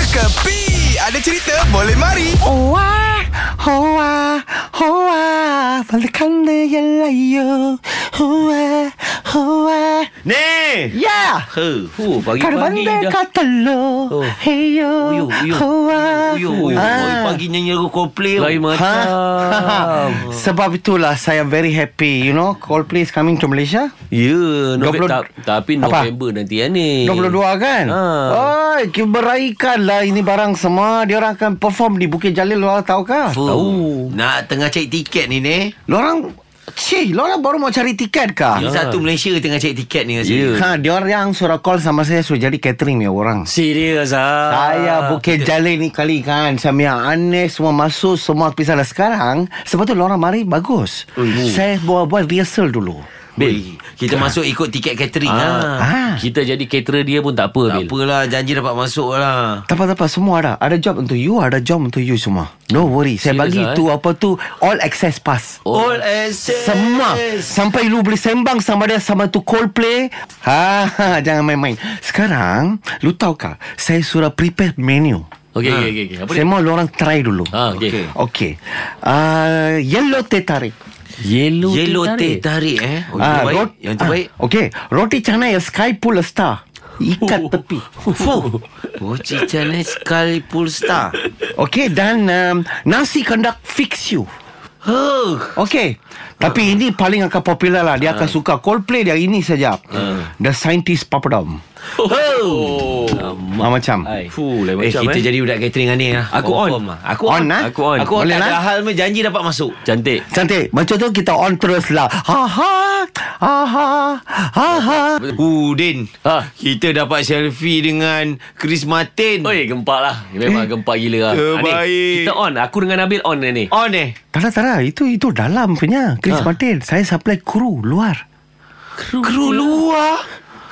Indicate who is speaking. Speaker 1: Kepi Ada cerita boleh mari
Speaker 2: Hoa, hoa, hoa, valkalleyayo. Hoa, hoa.
Speaker 3: Ni.
Speaker 2: Yeah.
Speaker 3: He, hu pagi-pagi
Speaker 2: Karvande
Speaker 3: dah.
Speaker 2: katalo.
Speaker 3: Oh.
Speaker 2: Heyo.
Speaker 3: Uyuh, uyuh.
Speaker 2: Hoa.
Speaker 3: Uyuh, uyuh.
Speaker 2: Ah.
Speaker 3: Pagi nyanyi lagu Coldplay. Lain
Speaker 2: Ha? Sebab itulah saya very happy You know Coldplay is coming to Malaysia
Speaker 3: Ya,
Speaker 2: 20
Speaker 3: November tak, tapi
Speaker 2: Apa?
Speaker 3: November nanti ya ni.
Speaker 2: 22 kan
Speaker 3: Ha.
Speaker 2: Oh Beraikanlah ini barang semua Dia orang akan perform di Bukit Jalil Lu orang tahu kah
Speaker 4: Fu,
Speaker 3: Tahu.
Speaker 4: Nak tengah cari tiket ni ni.
Speaker 2: Lu orang Cih, lu orang baru mau cari tiket kah?
Speaker 4: Ya. Satu Malaysia tengah cari tiket ni rasa.
Speaker 3: Ya.
Speaker 2: Ha, dia orang suruh call sama saya suruh jadi catering ni orang.
Speaker 3: Serius ah.
Speaker 2: Saya Bukit Jalil ni kali kan Samia Anis semua masuk Semua pisah dah sekarang Sebab tu orang mari bagus Saya buat-buat rehearsal dulu
Speaker 4: Bil. Kita masuk ikut tiket catering lah.
Speaker 2: Ah.
Speaker 3: Kita jadi caterer dia pun tak apa,
Speaker 4: Tak
Speaker 3: Bil.
Speaker 4: apalah janji dapat masuk lah.
Speaker 2: Tak apa-apa semua ada Ada job untuk you Ada job untuk you semua No worry Saya
Speaker 3: Serious
Speaker 2: bagi
Speaker 3: ah, eh?
Speaker 2: tu apa tu All access pass
Speaker 3: Oh.
Speaker 4: All access.
Speaker 2: Semua Sampai lu boleh sembang sama dia Sama tu Coldplay ha, ha, Jangan main-main Sekarang Lu tahu kah Saya suruh prepare menu
Speaker 3: Okey, okey, okey,
Speaker 4: Eh,
Speaker 3: okey. Apa
Speaker 2: Saya
Speaker 3: dia?
Speaker 2: mau orang try dulu
Speaker 3: Ha, Ah. okey.
Speaker 4: Okey.
Speaker 2: Okey. Uh, yellow teh tarik.
Speaker 3: Yellow,
Speaker 4: Yellow teh tarik eh. Oh, yang terbaik.
Speaker 2: rot-
Speaker 4: Yang terbaik.
Speaker 2: Ah, okey. Roti canai yang sky pull a star.
Speaker 4: Oh.
Speaker 2: Ikat tepi.
Speaker 4: Fu. Oh, cicak ni sekali full star.
Speaker 2: Okey dan um, nasi kandak fix you.
Speaker 4: Huh.
Speaker 2: Okey.
Speaker 4: Ha.
Speaker 2: Tapi ini paling akan popular lah. Dia akan suka Coldplay dia ini saja.
Speaker 4: Ha.
Speaker 2: The Scientist Papadom.
Speaker 3: Oh.
Speaker 2: Ah, macam.
Speaker 3: Hai. Fuh, lain
Speaker 4: Eh,
Speaker 3: macam
Speaker 4: kita
Speaker 3: eh.
Speaker 4: jadi budak catering ni lah.
Speaker 3: Aku
Speaker 4: Confirm
Speaker 3: on.
Speaker 4: lah. Aku
Speaker 2: On,
Speaker 4: on.
Speaker 2: ah?
Speaker 4: Aku on. Aku on.
Speaker 2: Boleh
Speaker 4: tak
Speaker 2: lah.
Speaker 4: ada hal pun janji dapat masuk.
Speaker 3: Cantik.
Speaker 2: Cantik. Macam tu kita on terus lah. Ha ha. Ha ha. Ha ha.
Speaker 4: Udin
Speaker 3: Ha.
Speaker 4: Kita dapat selfie dengan Chris Martin
Speaker 3: Oi, gempak lah. Memang gempak gila lah.
Speaker 4: Terbaik.
Speaker 3: Ah, ni, Kita on. Aku dengan Nabil on ni.
Speaker 4: On eh
Speaker 2: Tak ada, tak ada. Itu, itu dalam punya. Chris Martin. Saya supply kru luar.
Speaker 4: Ah. Kru luar